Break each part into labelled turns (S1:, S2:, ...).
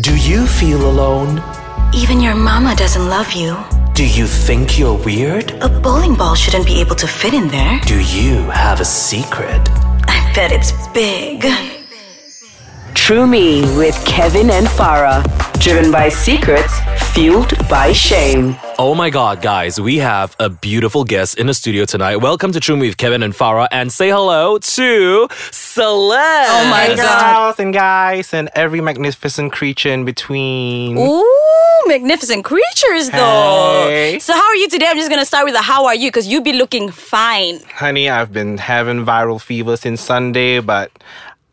S1: Do you feel alone?
S2: Even your mama doesn't love you.
S1: Do you think you're weird?
S2: A bowling ball shouldn't be able to fit in there.
S1: Do you have a secret?
S2: I bet it's big.
S3: True Me with Kevin and Farah. Driven by secrets, fueled by shame.
S4: Oh my god, guys, we have a beautiful guest in the studio tonight. Welcome to True Me with Kevin and Farah and say hello to Celeste.
S3: Oh my
S5: and
S3: God.
S5: girls and guys and every magnificent creature in between.
S6: Ooh, magnificent creatures, though.
S5: Hey.
S6: So, how are you today? I'm just gonna start with the how are you, because you be looking fine.
S5: Honey, I've been having viral fever since Sunday, but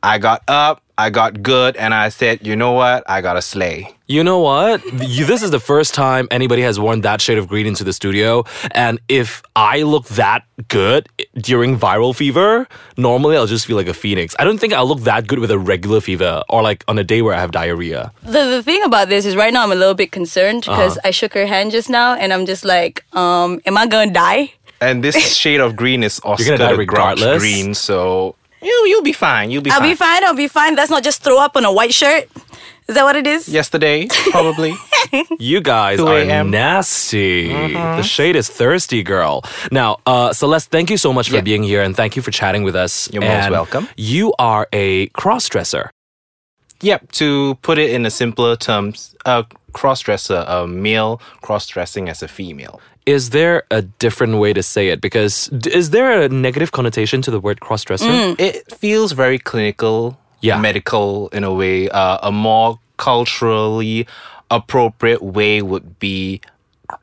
S5: I got up, I got good, and I said, you know what? I gotta slay.
S4: You know what? You, this is the first time anybody has worn that shade of green into the studio. And if I look that good during viral fever, normally I'll just feel like a phoenix. I don't think I'll look that good with a regular fever or like on a day where I have diarrhea.
S6: The, the thing about this is, right now I'm a little bit concerned
S5: Uh-huh.
S6: because I shook her hand just now, and I'm just like, um, am I gonna die?
S5: And this shade of green is
S4: gonna
S5: Oscar
S4: die
S5: the Grouch
S4: regardless?
S5: green, so you you'll be fine. You'll be
S6: I'll
S5: fine.
S6: be fine. I'll be fine. That's not just throw up on a white shirt. Is that what it is?
S5: Yesterday, probably.
S4: You guys
S5: 2
S4: are
S5: a.m..
S4: nasty.
S5: Mm-hmm.
S4: The shade is thirsty, girl. Now, uh, Celeste, thank you so much for being here and thank you for chatting with us.
S5: You're most
S4: And
S5: welcome.
S4: You are a cross dresser.
S5: yep. To put it in a simpler terms, a cross-dresser, a male cross-dressing as a female.
S4: Is there a different way to say it? Because d- is there a negative connotation to the word cross dresser?
S5: it feels very clinical,
S4: Yeah.
S5: medical in a way. Uh, a more culturally appropriate way would be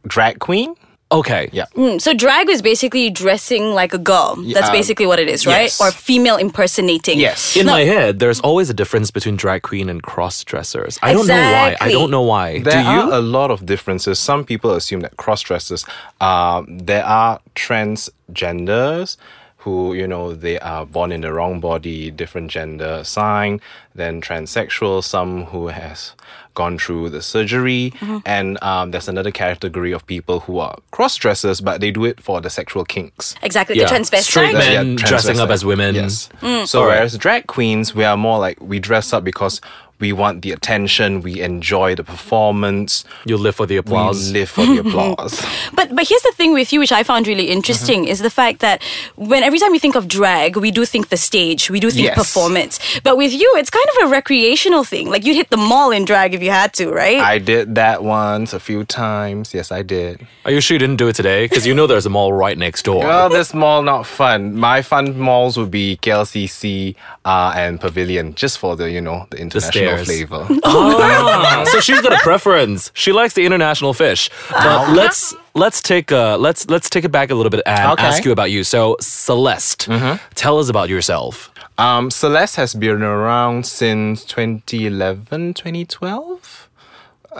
S5: drag queen.
S4: Okay.
S5: Yeah.
S6: Mm, so, drag is basically dressing like a girl. That's basically what it is, right?
S5: yes.
S6: Or female impersonating.
S5: Yes.
S4: In my head, there's always a difference between drag queen and cross dressers. I don't know why. I
S6: Exactly.
S4: don't know why.
S5: There
S4: Do you?
S5: are a lot of differences. Some people assume that cross dressers, um, there are transgenders who, you know, they are born in the wrong body, different gender sign, then transsexual, some who has gone through the surgery.
S4: Mm-hmm.
S5: And um, there's another category of people who are cross dressers, but they do it for the sexual kinks.
S6: Exactly.
S4: Yeah.
S6: The transvestite.
S4: Straight men
S5: Yeah,
S4: dressing up
S5: transvestite.
S4: as women. Mm.
S5: Yes. So whereas drag queens, we are more like we dress up because we want the attention, we enjoy the performance,
S4: You live for the
S5: we
S4: applause.
S5: live for the applause.
S6: But but here's the thing with you, which I found really interesting,
S4: Mm-hmm.
S6: is the fact that when every time we think of drag, we do think the stage, we do think
S5: Yes.
S6: performance. But with you, it's kind of a recreational thing. Like you'd hit the mall in drag if you had to, right?
S5: I did that once a few times. Yes, I did.
S4: Are you sure you didn't do it today? Because you know there's a mall right next door.
S5: Well, this mall not fun. My fun malls would be KLCC uh, and Pavilion, just for the you know the international
S4: stairs.
S5: flavor.
S4: Ah, so she's got a preference. She likes the international fish. But let's let's take uh, let's let's take it back a little bit and
S5: Okay. Mm-hmm.
S4: ask you about you. So Celeste, tell us about yourself.
S5: Um, Celeste has been around since 2011, 2012.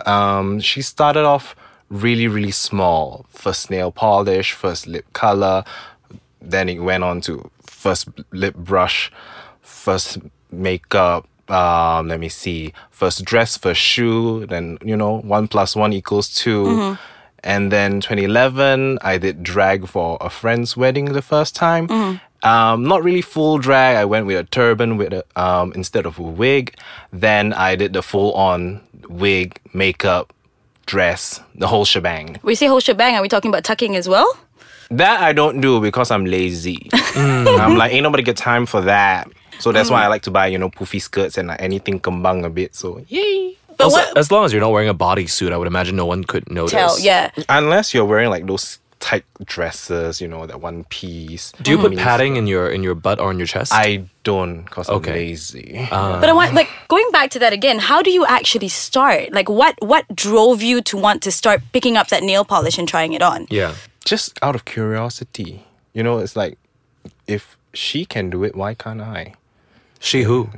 S5: Um, she started off really, really small. First nail polish, first lip color, then it went on to first lip brush, first makeup. Um, let me see. First dress, first shoe, then you know, one plus one equals 2 And then 2011, I did drag for a friend's wedding the first time. Um, not really full drag. I went with a turban with a, um, instead of a wig. Then I did the full on wig, makeup, dress, the whole shebang.
S6: we say whole shebang, are we talking about tucking as well?
S5: That I don't do because I'm lazy.
S4: Mm.
S5: I'm like, ain't nobody got time for that. So that's why I like to buy, you know, poofy skirts and like anything kembang a bit. So yay.
S6: But
S4: Also, uh,
S6: what
S4: as long as you're not wearing a bodysuit, I would imagine no one could notice.
S6: tell, yeah.
S5: Unless you're wearing like those tight dresses, you know, that one piece.
S4: Do you put padding in your in your butt or on your chest?
S5: Mm-hmm. I don't because
S4: Okay.
S5: I'm lazy.
S4: Uh,
S6: But I want like going back to that again, how do you actually start? Like what what drove you to want to start picking up that nail polish and trying it on?
S4: yeah.
S5: Just out of curiosity. You know, it's like if she can do it, why can't I?
S4: She who?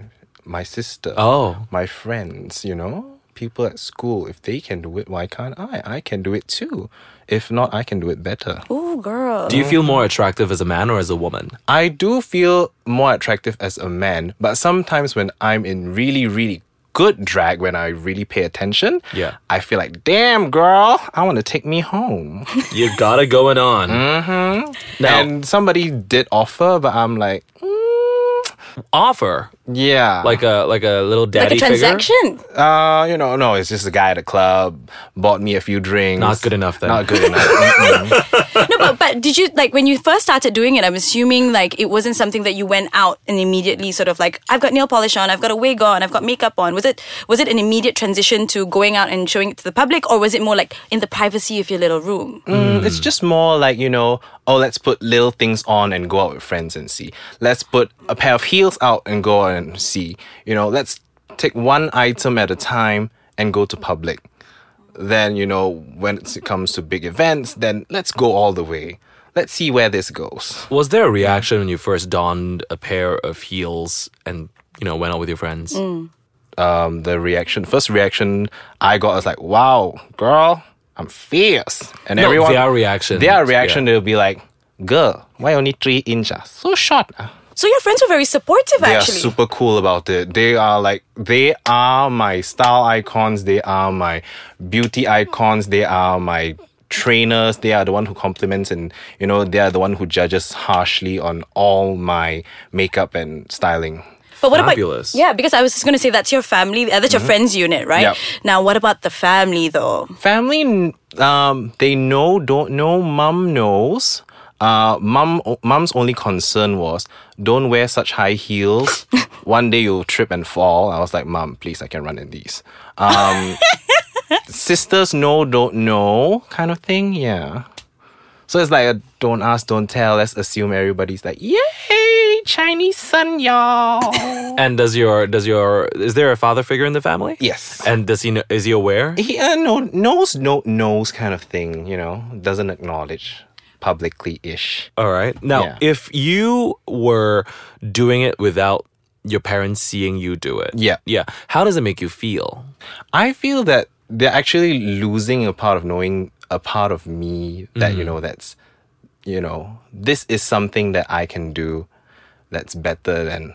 S5: My sister.
S4: Oh.
S5: My friends, you know? People at school, if they can do it, why can't I? I can do it too. If not, I can do it better.
S6: Ooh girl.
S5: Mm.
S4: Do you feel more attractive as a man or as a woman?
S5: I do feel more attractive as a man, but sometimes when I'm in really, really good drag, when I really pay attention,
S4: Yeah.
S5: I feel like, damn girl, I want to take me home.
S4: You got it going on. Now,
S5: and somebody did offer, but I'm like, mm,
S4: offer.
S5: Yeah.
S4: Like a like a little
S6: Like
S4: daddy
S6: a
S4: figure?
S6: transaction.
S5: Uh, you know, no, it's just a guy at a club bought me a few drinks.
S4: Not good enough then.
S5: Not good enough. Mm-mm.
S6: No, but but did you like when you first started doing it? I'm assuming like it wasn't something that you went out and immediately sort of like I've got nail polish on, I've got a wig on, I've got makeup on. Was it was it an immediate transition to going out and showing it to the public, or was it more like in the privacy of your little room?
S5: Mm,
S4: Hmm.
S5: It's just more like you know, oh, let's put little things on and go out with friends and see. Let's put a pair of heels out and go out and see. You know, let's take one item at a time and go to public. Then you know, when it comes to big events, then let's go all the way. Let's see where this goes.
S4: Was there a reaction when you first donned a pair of heels and you know went out with your friends?
S6: Mm.
S5: um, the reaction, first reaction I got was like, "Wow, girl, I'm fierce," and
S4: No,
S5: everyone
S4: their reaction, yeah.
S5: their reaction, they'll be like, "Girl, why only three inches? So short." ah."
S6: So your friends were very supportive,
S5: They
S6: actually.
S5: are super cool about it. They are like, they are my style icons. They are my beauty icons. They are my trainers. They are the one who compliments and you know they are the one who judges harshly on all my makeup and styling.
S6: But what
S4: Fabulous.
S6: about yeah? Because I was just going to say that's your family, uh, that's
S5: Mm-hmm.
S6: your friends unit, right?
S5: Yep.
S6: Now, what about the family though?
S5: family n- um they know don't know mum knows uh mum o- mum's only concern was don't wear such high heels one day you'll trip and fall i was like mum please i can run in these um sisters know don't know kind of thing yeah so it's like a don't ask don't tell let's assume everybody's like yay chinese sun y'all
S4: And does your does your is there a father figure in the family?
S5: Yes.
S4: And does he know, is he aware?
S5: he uh, no, knows no knows kind of thing you know doesn't acknowledge publicly ish
S4: All right. Now,
S5: Yeah.
S4: if you were doing it without your parents seeing you do it,
S5: Yeah.
S4: yeah, how does it make you feel?
S5: i feel that they're actually losing a part of knowing a part of me that you know that's you know this is something that i can do that's better than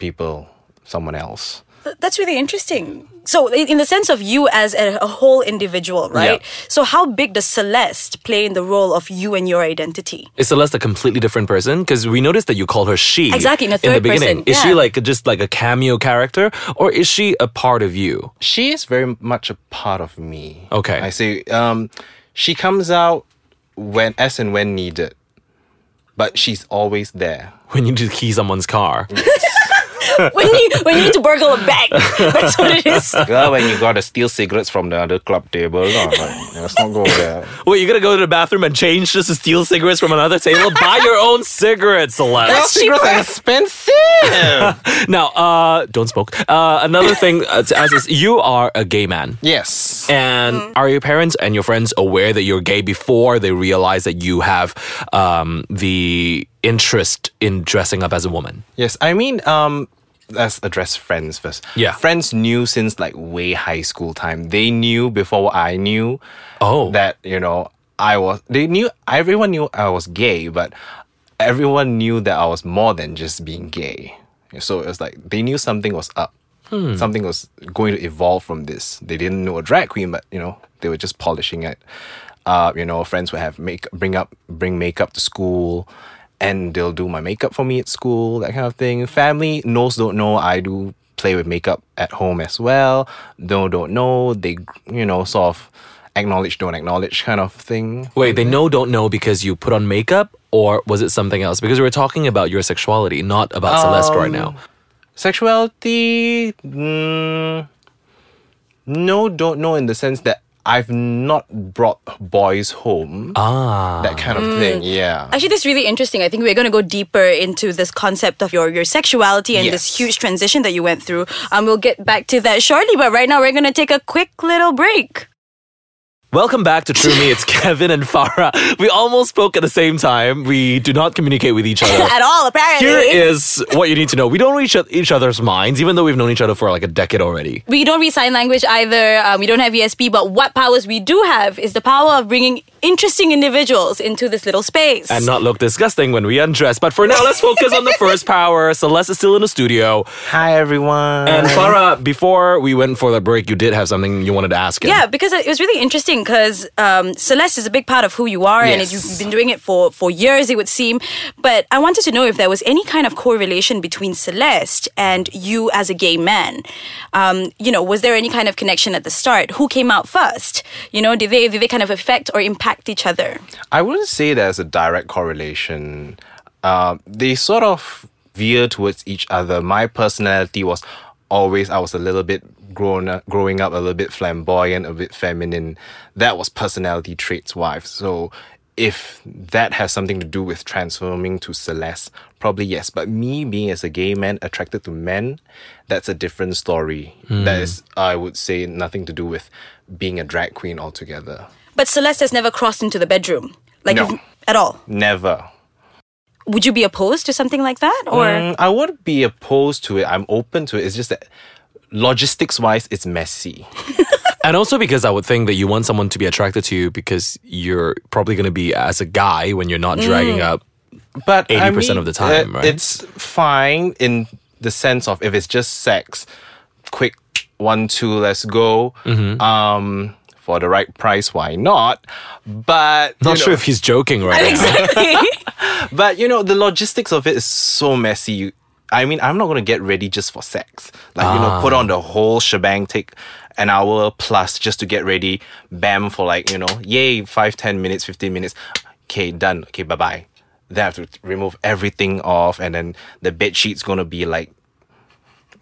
S5: people someone else
S6: Th- That's really interesting. So, i- in the sense of you as a, a whole individual, right? So, how big does Celeste play in the role of you and your identity?
S4: Is Celeste a completely different person? Because we noticed that you called her she
S6: Exactly, in the third
S4: beginning.
S6: person,
S4: Is she
S6: yeah.
S4: like just like a cameo character, or is she a part of you?
S5: she is very much a part of me.
S4: Okay.
S5: I say um, she comes out when as and when needed, but she's always there.
S4: When you just key someone's car,
S6: when you when you need to burgle a bag, that's what it is.
S5: Girl, when you gotta steal cigarettes from the other club table, lah, like, let's not go there.
S4: wait, you're gonna go to the bathroom and change just to steal cigarettes from another table? Buy your own cigarettes, Celeste.
S5: cigarettes are expensive.
S4: Now, uh, don't smoke. Uh, another thing uh, to ask is you are a gay man.
S5: yes.
S4: And are your parents and your friends aware that you're gay before they realize that you have um, the interest in dressing up as a woman?
S5: Yes, I mean, um, let's address friends first.
S4: Yeah.
S5: friends knew since like way high school time. They knew before I knew.
S4: Oh.
S5: that you know I was. They knew everyone knew I was gay, but everyone knew that I was more than just being gay. So it was like they knew something was up. Something was going to evolve from this. They didn't know a drag queen, but you know they were just polishing it. Uh, you know, friends would have make bring up bring makeup to school, and they'll do my makeup for me at school, that kind of thing. Family knows don't know I do play with makeup at home as well. No, don't know they you know sort of acknowledge don't acknowledge kind of thing.
S4: Wait, they know, don't know because you put on makeup, or was it something else? Because we were talking about your sexuality, not about Celeste right now.
S5: Sexuality, mm, no, don't know in the sense that I've not brought boys home. Ah, that kind of thing. Yeah.
S6: Actually, this is really interesting. I think we're going to go deeper into this concept of your, your sexuality and this
S5: Yes.
S6: huge transition that you went through. Um, we'll get back to that shortly, but right now we're going to take a quick little break.
S4: Welcome back to True Me. It's Kevin and Farah. We almost spoke at the same time. We do not communicate with each other.
S6: At all, apparently.
S4: Here is what you need to know. We don't reach each other's minds, even though we've known each other for like a decade already.
S6: we don't read sign language either. Um, we don't have ESP, but what powers we do have is the power of bringing interesting individuals into this little space.
S4: and not look disgusting when we undress. But for now, let's focus on the first power. Celeste is still in the studio.
S5: Hi everyone.
S4: And Farah, before we went for the break, you did have something you wanted to ask him.
S6: yeah, because it was really interesting. important because um, Celeste is a big part of who you are, and
S5: Yes.
S6: it, you've been doing it for for years, it would seem. But I wanted to know if there was any kind of correlation between Celeste and you as a gay man. Um, you know, was there any kind of connection at the start? Who came out first? You know, did they did they kind of affect or impact each other?
S5: I wouldn't say there's a direct correlation. Um, they sort of veer towards each other. My personality was always I was a little bit grown up, growing up a little bit flamboyant, a bit feminine. That was personality traits wise. So if that has something to do with transforming to Celeste, probably yes. But me being as a gay man attracted to men, that's a different story. That is, I would say, nothing to do with being a drag queen altogether.
S6: But Celeste has never crossed into the bedroom, like
S5: No.
S6: if- at all.
S5: Never.
S6: Would you be opposed to something like that, or?
S5: Mm, I would be opposed to it. I'm open to it. It's just that logistics wise, it's messy.
S4: And also because I would think that you want someone to be attracted to you because you're probably going to be as a guy when you're not
S6: Mm.
S4: dragging up.
S5: But
S4: 80% of the time, right?
S5: It's fine in the sense of if it's just sex, quick one, two, let's go.
S4: Mm-hmm.
S5: Um, for the right price, why not? But
S4: Not
S5: you
S4: sure
S5: know-
S4: if he's joking right now.
S6: Exactly.
S5: But you know, the logistics of it is so messy. I mean, I'm not gonna get ready just for sex. Like you
S4: Ah.
S5: know, put on the whole shebang, take an hour plus just to get ready. Bam for like you know, yay, five, ten minutes, fifteen minutes. Okay, done. Okay, bye bye. Then I have to remove everything off, and then the bed sheet's gonna be like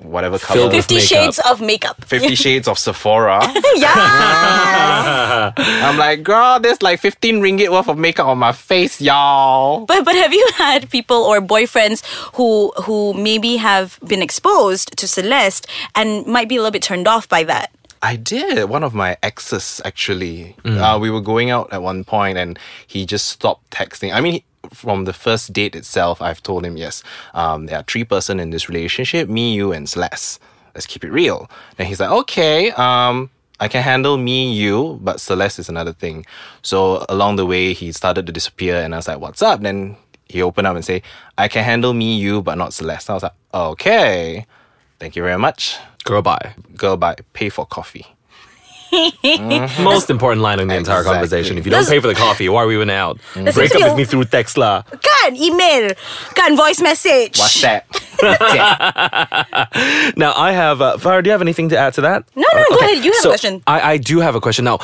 S5: whatever color.
S4: Filled with-
S6: Fifty
S4: Makeup.
S6: Shades of Makeup.
S5: Fifty Shades of Sephora.
S6: yeah.
S5: I'm like, girl, there's like 15 ringgit worth of makeup on my face, y'all.
S6: But but have you had people or boyfriends who who maybe have been exposed to Celeste and might be a little bit turned off by that?
S5: I did. One of my exes actually. Uh, we were going out at one point, and he just stopped texting. I mean, he- from the first date itself, I've told him yes. Um, there are three person in this relationship: me, you, and Celeste. Let's keep it real. And he's like, okay, um, I can handle me, you, but Celeste is another thing. So along the way, he started to disappear, and I was like, what's up? Then he opened up and say, I can handle me, you, but not Celeste. I was like, okay, thank you very much.
S4: Girl, bye.
S5: Girl, bye. Pay for coffee.
S4: Most important line in the entire
S5: Exactly.
S4: conversation. If you don't pay for the coffee, why are we even out?
S6: seems
S4: Break
S6: to
S4: up
S6: be
S4: with
S6: a-
S4: me through text lah.
S6: Can email, can voice message.
S5: What's that?
S4: Now I have uh, Farah. Do you have anything to add to that?
S6: No, no, go ahead. You have a question.
S4: I, I do have a question now,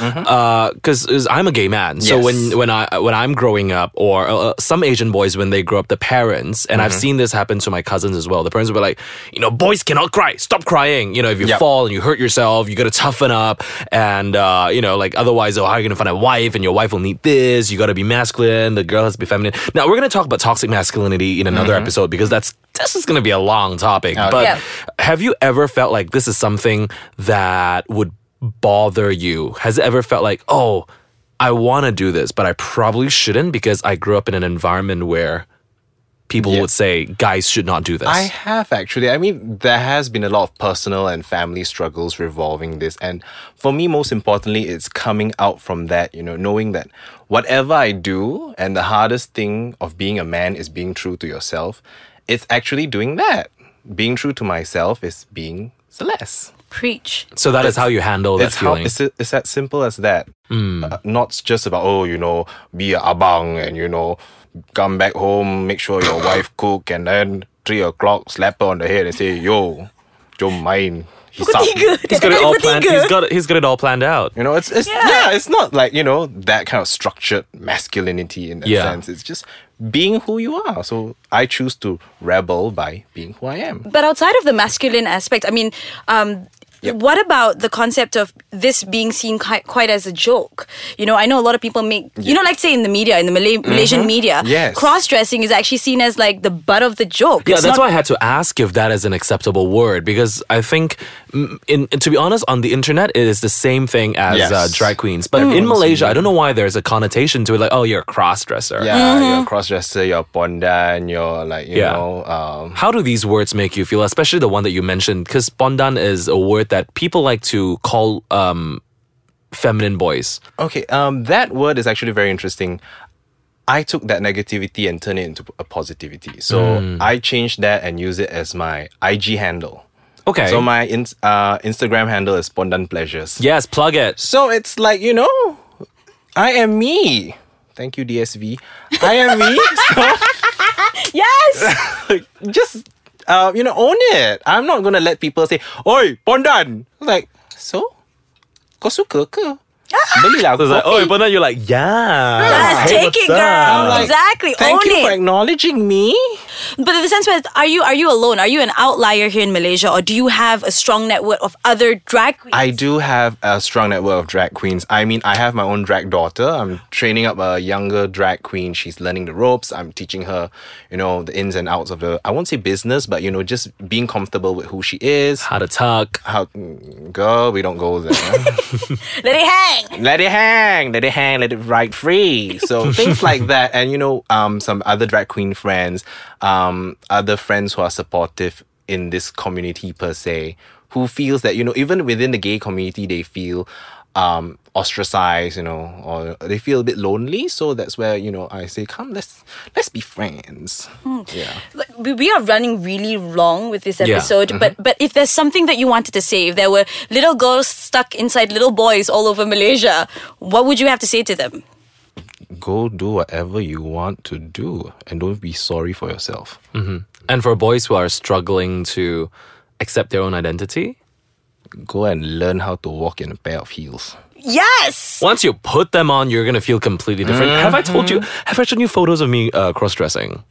S4: because I'm a gay man. So
S5: Mm-hmm. Yes.
S4: when when I when I'm growing up, or uh, some Asian boys when they grow up, the parents and
S5: Mm-hmm.
S4: I've seen this happen to my cousins as well. The parents were like, you know, boys cannot cry. Stop crying. You know, if you
S5: Yep.
S4: fall and you hurt yourself, you got to toughen up, and uh, you know, like otherwise, oh, how are you gonna find a wife? And your wife will need this. You got to be masculine. The girl has to be feminine. Now we're gonna talk about toxic masculinity in
S5: Mm-hmm.
S4: another episode because that's this is gonna be a long topic.
S5: Oh,
S4: But
S6: Yeah.
S4: have you ever felt like this is something that would bother you? Has it ever felt like, oh, I want to do this, but I probably shouldn't because I grew up in an environment where people would say guys should not do this?
S5: I have actually. I mean, there has been a lot of personal and family struggles revolving this. And for me, most importantly, it's coming out from that, you know, knowing that whatever I do, and the hardest thing of being a man is being true to yourself, it's actually doing that. Being true to myself is being Celeste.
S6: Preach.
S4: so that is how you handle that
S5: It's, how,
S4: feeling. Hmm.
S5: it's, it's that simple as that. Uh, not just about, oh, you know, be a abang and, you know, come back home, make sure your wife cook, and then three o'clock, slap her on the head and say, yo, don't mind. He's up.
S4: he's got it all planned. He's got it, he's got it all planned out.
S5: You know, it's, it's yeah. it's not like, you know, that kind of structured masculinity in that
S4: Yeah.
S5: sense. It's just being who you are. So I choose to rebel by being who I am.
S6: But outside of the masculine aspect, I mean, um, what about the concept of this being seen quite, quite as a joke? You know, I know a lot of people make, you know, like say in the media, in the Malay, Malaysian media,
S5: Mm-hmm. Yes.
S6: cross dressing is actually seen as like the butt of the joke.
S4: Yeah,
S6: It's
S4: that's
S6: not-
S4: why I had to ask if that is an acceptable word because I think, mm, in to be honest, on the internet it is the same thing as
S5: Yes.
S4: uh, drag queens.
S6: Mm.
S4: But in
S5: Everyone's
S4: Malaysia, I
S5: seen
S4: don't know why there's a connotation to it, like oh, you're a cross dresser.
S5: Yeah, you're a cross dresser, you're a pondan, you're like, you
S4: Yeah.
S5: know, um,
S4: How do these words make you feel, especially the one that you mentioned? Because bondan is a word that people like to call um, feminine boys.
S5: Okay, um, that word is actually very interesting. I took that negativity and turned it into a positivity. So
S4: Hmm.
S5: I changed that and use it as my IG handle.
S4: Okay.
S5: So my in- uh, Instagram handle is Pondan Pleasures.
S4: yes, plug it.
S5: So it's like you know, I am me. Thank you, DSV. I am me.
S6: Yes.
S5: So just uh, you know, own it. I'm not gonna let people say, "Oi, pondan." Like so, kau suka ke? Belilah.
S4: So it's like,
S5: kopi."
S6: e-
S4: oh, but now you're like, yeah.
S6: Yes,
S4: Hey,
S6: take
S4: what's
S6: it, girl.
S4: up?
S5: Like,
S6: exactly.
S5: Thank
S6: Own
S5: you for
S6: it.
S5: acknowledging me.
S6: But in the sense where are you are you alone? Are you an outlier here in Malaysia, or do you have a strong network of other drag queens?
S5: I do have a strong network of drag queens. I mean, I have my own drag daughter. I'm training up a younger drag queen. She's learning the ropes. I'm teaching her, you know, the ins and outs of the, I won't say business, but, you know, just being comfortable with who she is.
S4: How to talk.
S5: How, mm, girl, we don't go there.
S6: Let it hang.
S5: let it hang, let it hang, let it ride free. So things like that, and you know, um, some other drag queen friends, um, other friends who are supportive in this community per se, who feels that you know, even within the gay community, they feel um ostracized, you know, or they feel a bit lonely. So that's where you know I say, come, let's let's be friends. Yeah.
S6: Look, we- We are running really long with this
S4: Yeah. uh-huh.
S6: episode, but but if there's something that you wanted to say, if there were little girls stuck inside little boys all over Malaysia, what would you have to say to them?
S5: Go do whatever you want to do, and don't be sorry for yourself.
S4: And for boys who are struggling to accept their own identity,
S5: Go and learn how to walk in a pair of heels.
S6: Yes.
S4: once you put them on, you're gonna feel completely different. Have I told you? Have I shown you photos of me uh, cross-dressing?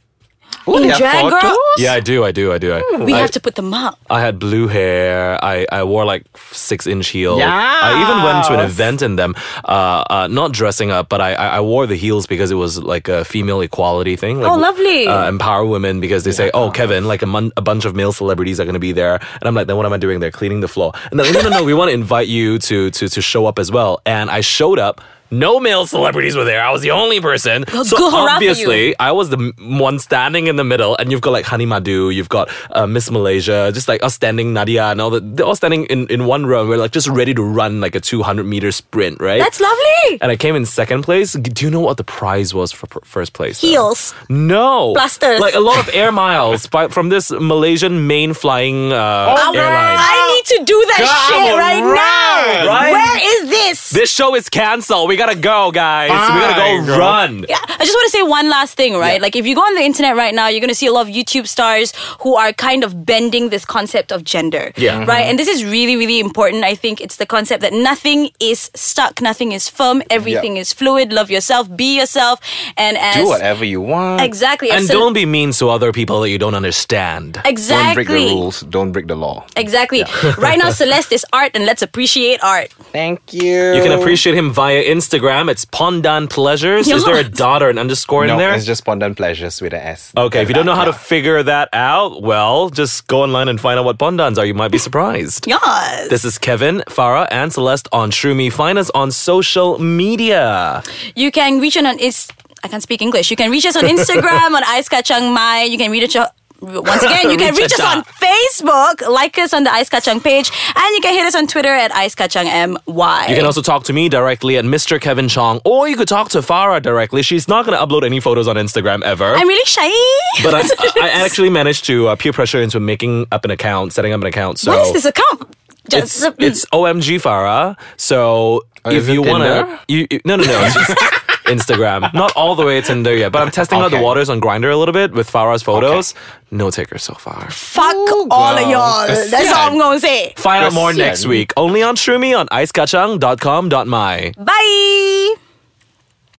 S5: Ooh,
S6: In
S5: there are
S6: drag, girl?
S5: photos?
S4: Yeah, I do. I do. I do. I,
S6: We
S4: I,
S6: have to put them up.
S4: I had blue hair. I, I wore like six inch heels. I even went to an event in them, uh, uh, not dressing up, but I, I I wore the heels because it was like a female equality thing. Like,
S6: Oh, lovely.
S4: Uh, empower women because they say, oh, Kevin, like a, mon- a bunch of male celebrities are going to be there. And I'm like, then what am I doing there? Cleaning the floor. And they're like, no, no, no, we want to invite you to, to, to show up as well. And I showed up. No male celebrities were there. I was the only person. so
S6: good hurrah for you.
S4: obviously, I was the m- one standing in the middle, and you've got like Honey Madu, you've got uh, Miss Malaysia, just like us standing Nadia, and all that. They're all standing in, in one row, and we're like just ready to run like a 200 meter sprint, right?
S6: That's lovely.
S4: and I came in second place. G- Do you know what the prize was for pr- first place? though?
S6: Heels.
S4: No.
S6: Blasters.
S4: Like a lot of air miles by, from this Malaysian main flying uh,
S6: Oh
S4: airline.
S6: I need to do that shit right now.
S4: Right?
S6: Where is this?
S4: This show is cancelled. We gotta go, guys. we gotta
S5: Fine,
S4: go
S5: girl.
S4: run.
S6: Yeah, I just want to say one last thing, right? Like, if you go on the internet right now, you're going to see a lot of YouTube stars who are kind of bending this concept of gender.
S4: Yeah.
S5: Mm-hmm.
S6: Right? And this is really, really important. I think it's the concept that nothing is stuck, nothing is firm, everything is fluid. Love yourself, be yourself, and as.
S5: do whatever you want.
S6: Exactly.
S4: And
S6: as-
S4: don't be mean to other people that you don't understand.
S6: Exactly.
S5: Don't break the rules. Don't break the law.
S6: Exactly. right now, Celeste is art, and let's appreciate art.
S5: Thank you.
S4: You can appreciate him via Instagram. It's Pondan Pleasures. Is there a dot or an underscore
S5: No,
S4: in there?
S5: it's just Pondan Pleasures with an S.
S4: okay, if you don't know how to
S5: Yeah.
S4: figure that out, well, just go online and find out what Pondans are. You might be surprised.
S6: Yes.
S4: This is Kevin, Farah, and Celeste on Shroomi. Find us on social media.
S6: You can reach us on is I can't speak English. You can reach us on Instagram on Ice Kacang Mai. You can reach us once again. You can
S4: Reach
S6: reach us
S4: us
S6: on
S4: up.
S6: Facebook. Like us on the Ice Kacang page, and you can hit us on Twitter at Ice Kacang My.
S4: You can also talk to me directly at Mr. Kevin Chong, or you could talk to Farah directly. She's not going to upload any photos on Instagram ever.
S6: I'm really shy.
S4: but I, I actually managed to uh, peer pressure into making up an account, setting up an account. So
S6: what is this account?
S4: It's,
S6: Just
S4: it's OMG Farah. So if
S5: Oh, is it
S4: you want
S5: Tinder?
S4: to, you, you- no no no, it's just Instagram. Not all the way to Tinder yet, but I'm testing out the
S5: Okay.
S4: waters on Grinder a little bit with Farah's photos. No taker so far.
S6: fuck all of y'all. That's all I'm gonna say.
S4: Find out more next
S5: Christian.
S4: week. Only on Shroomy on icekachang.com.my.
S6: Bye.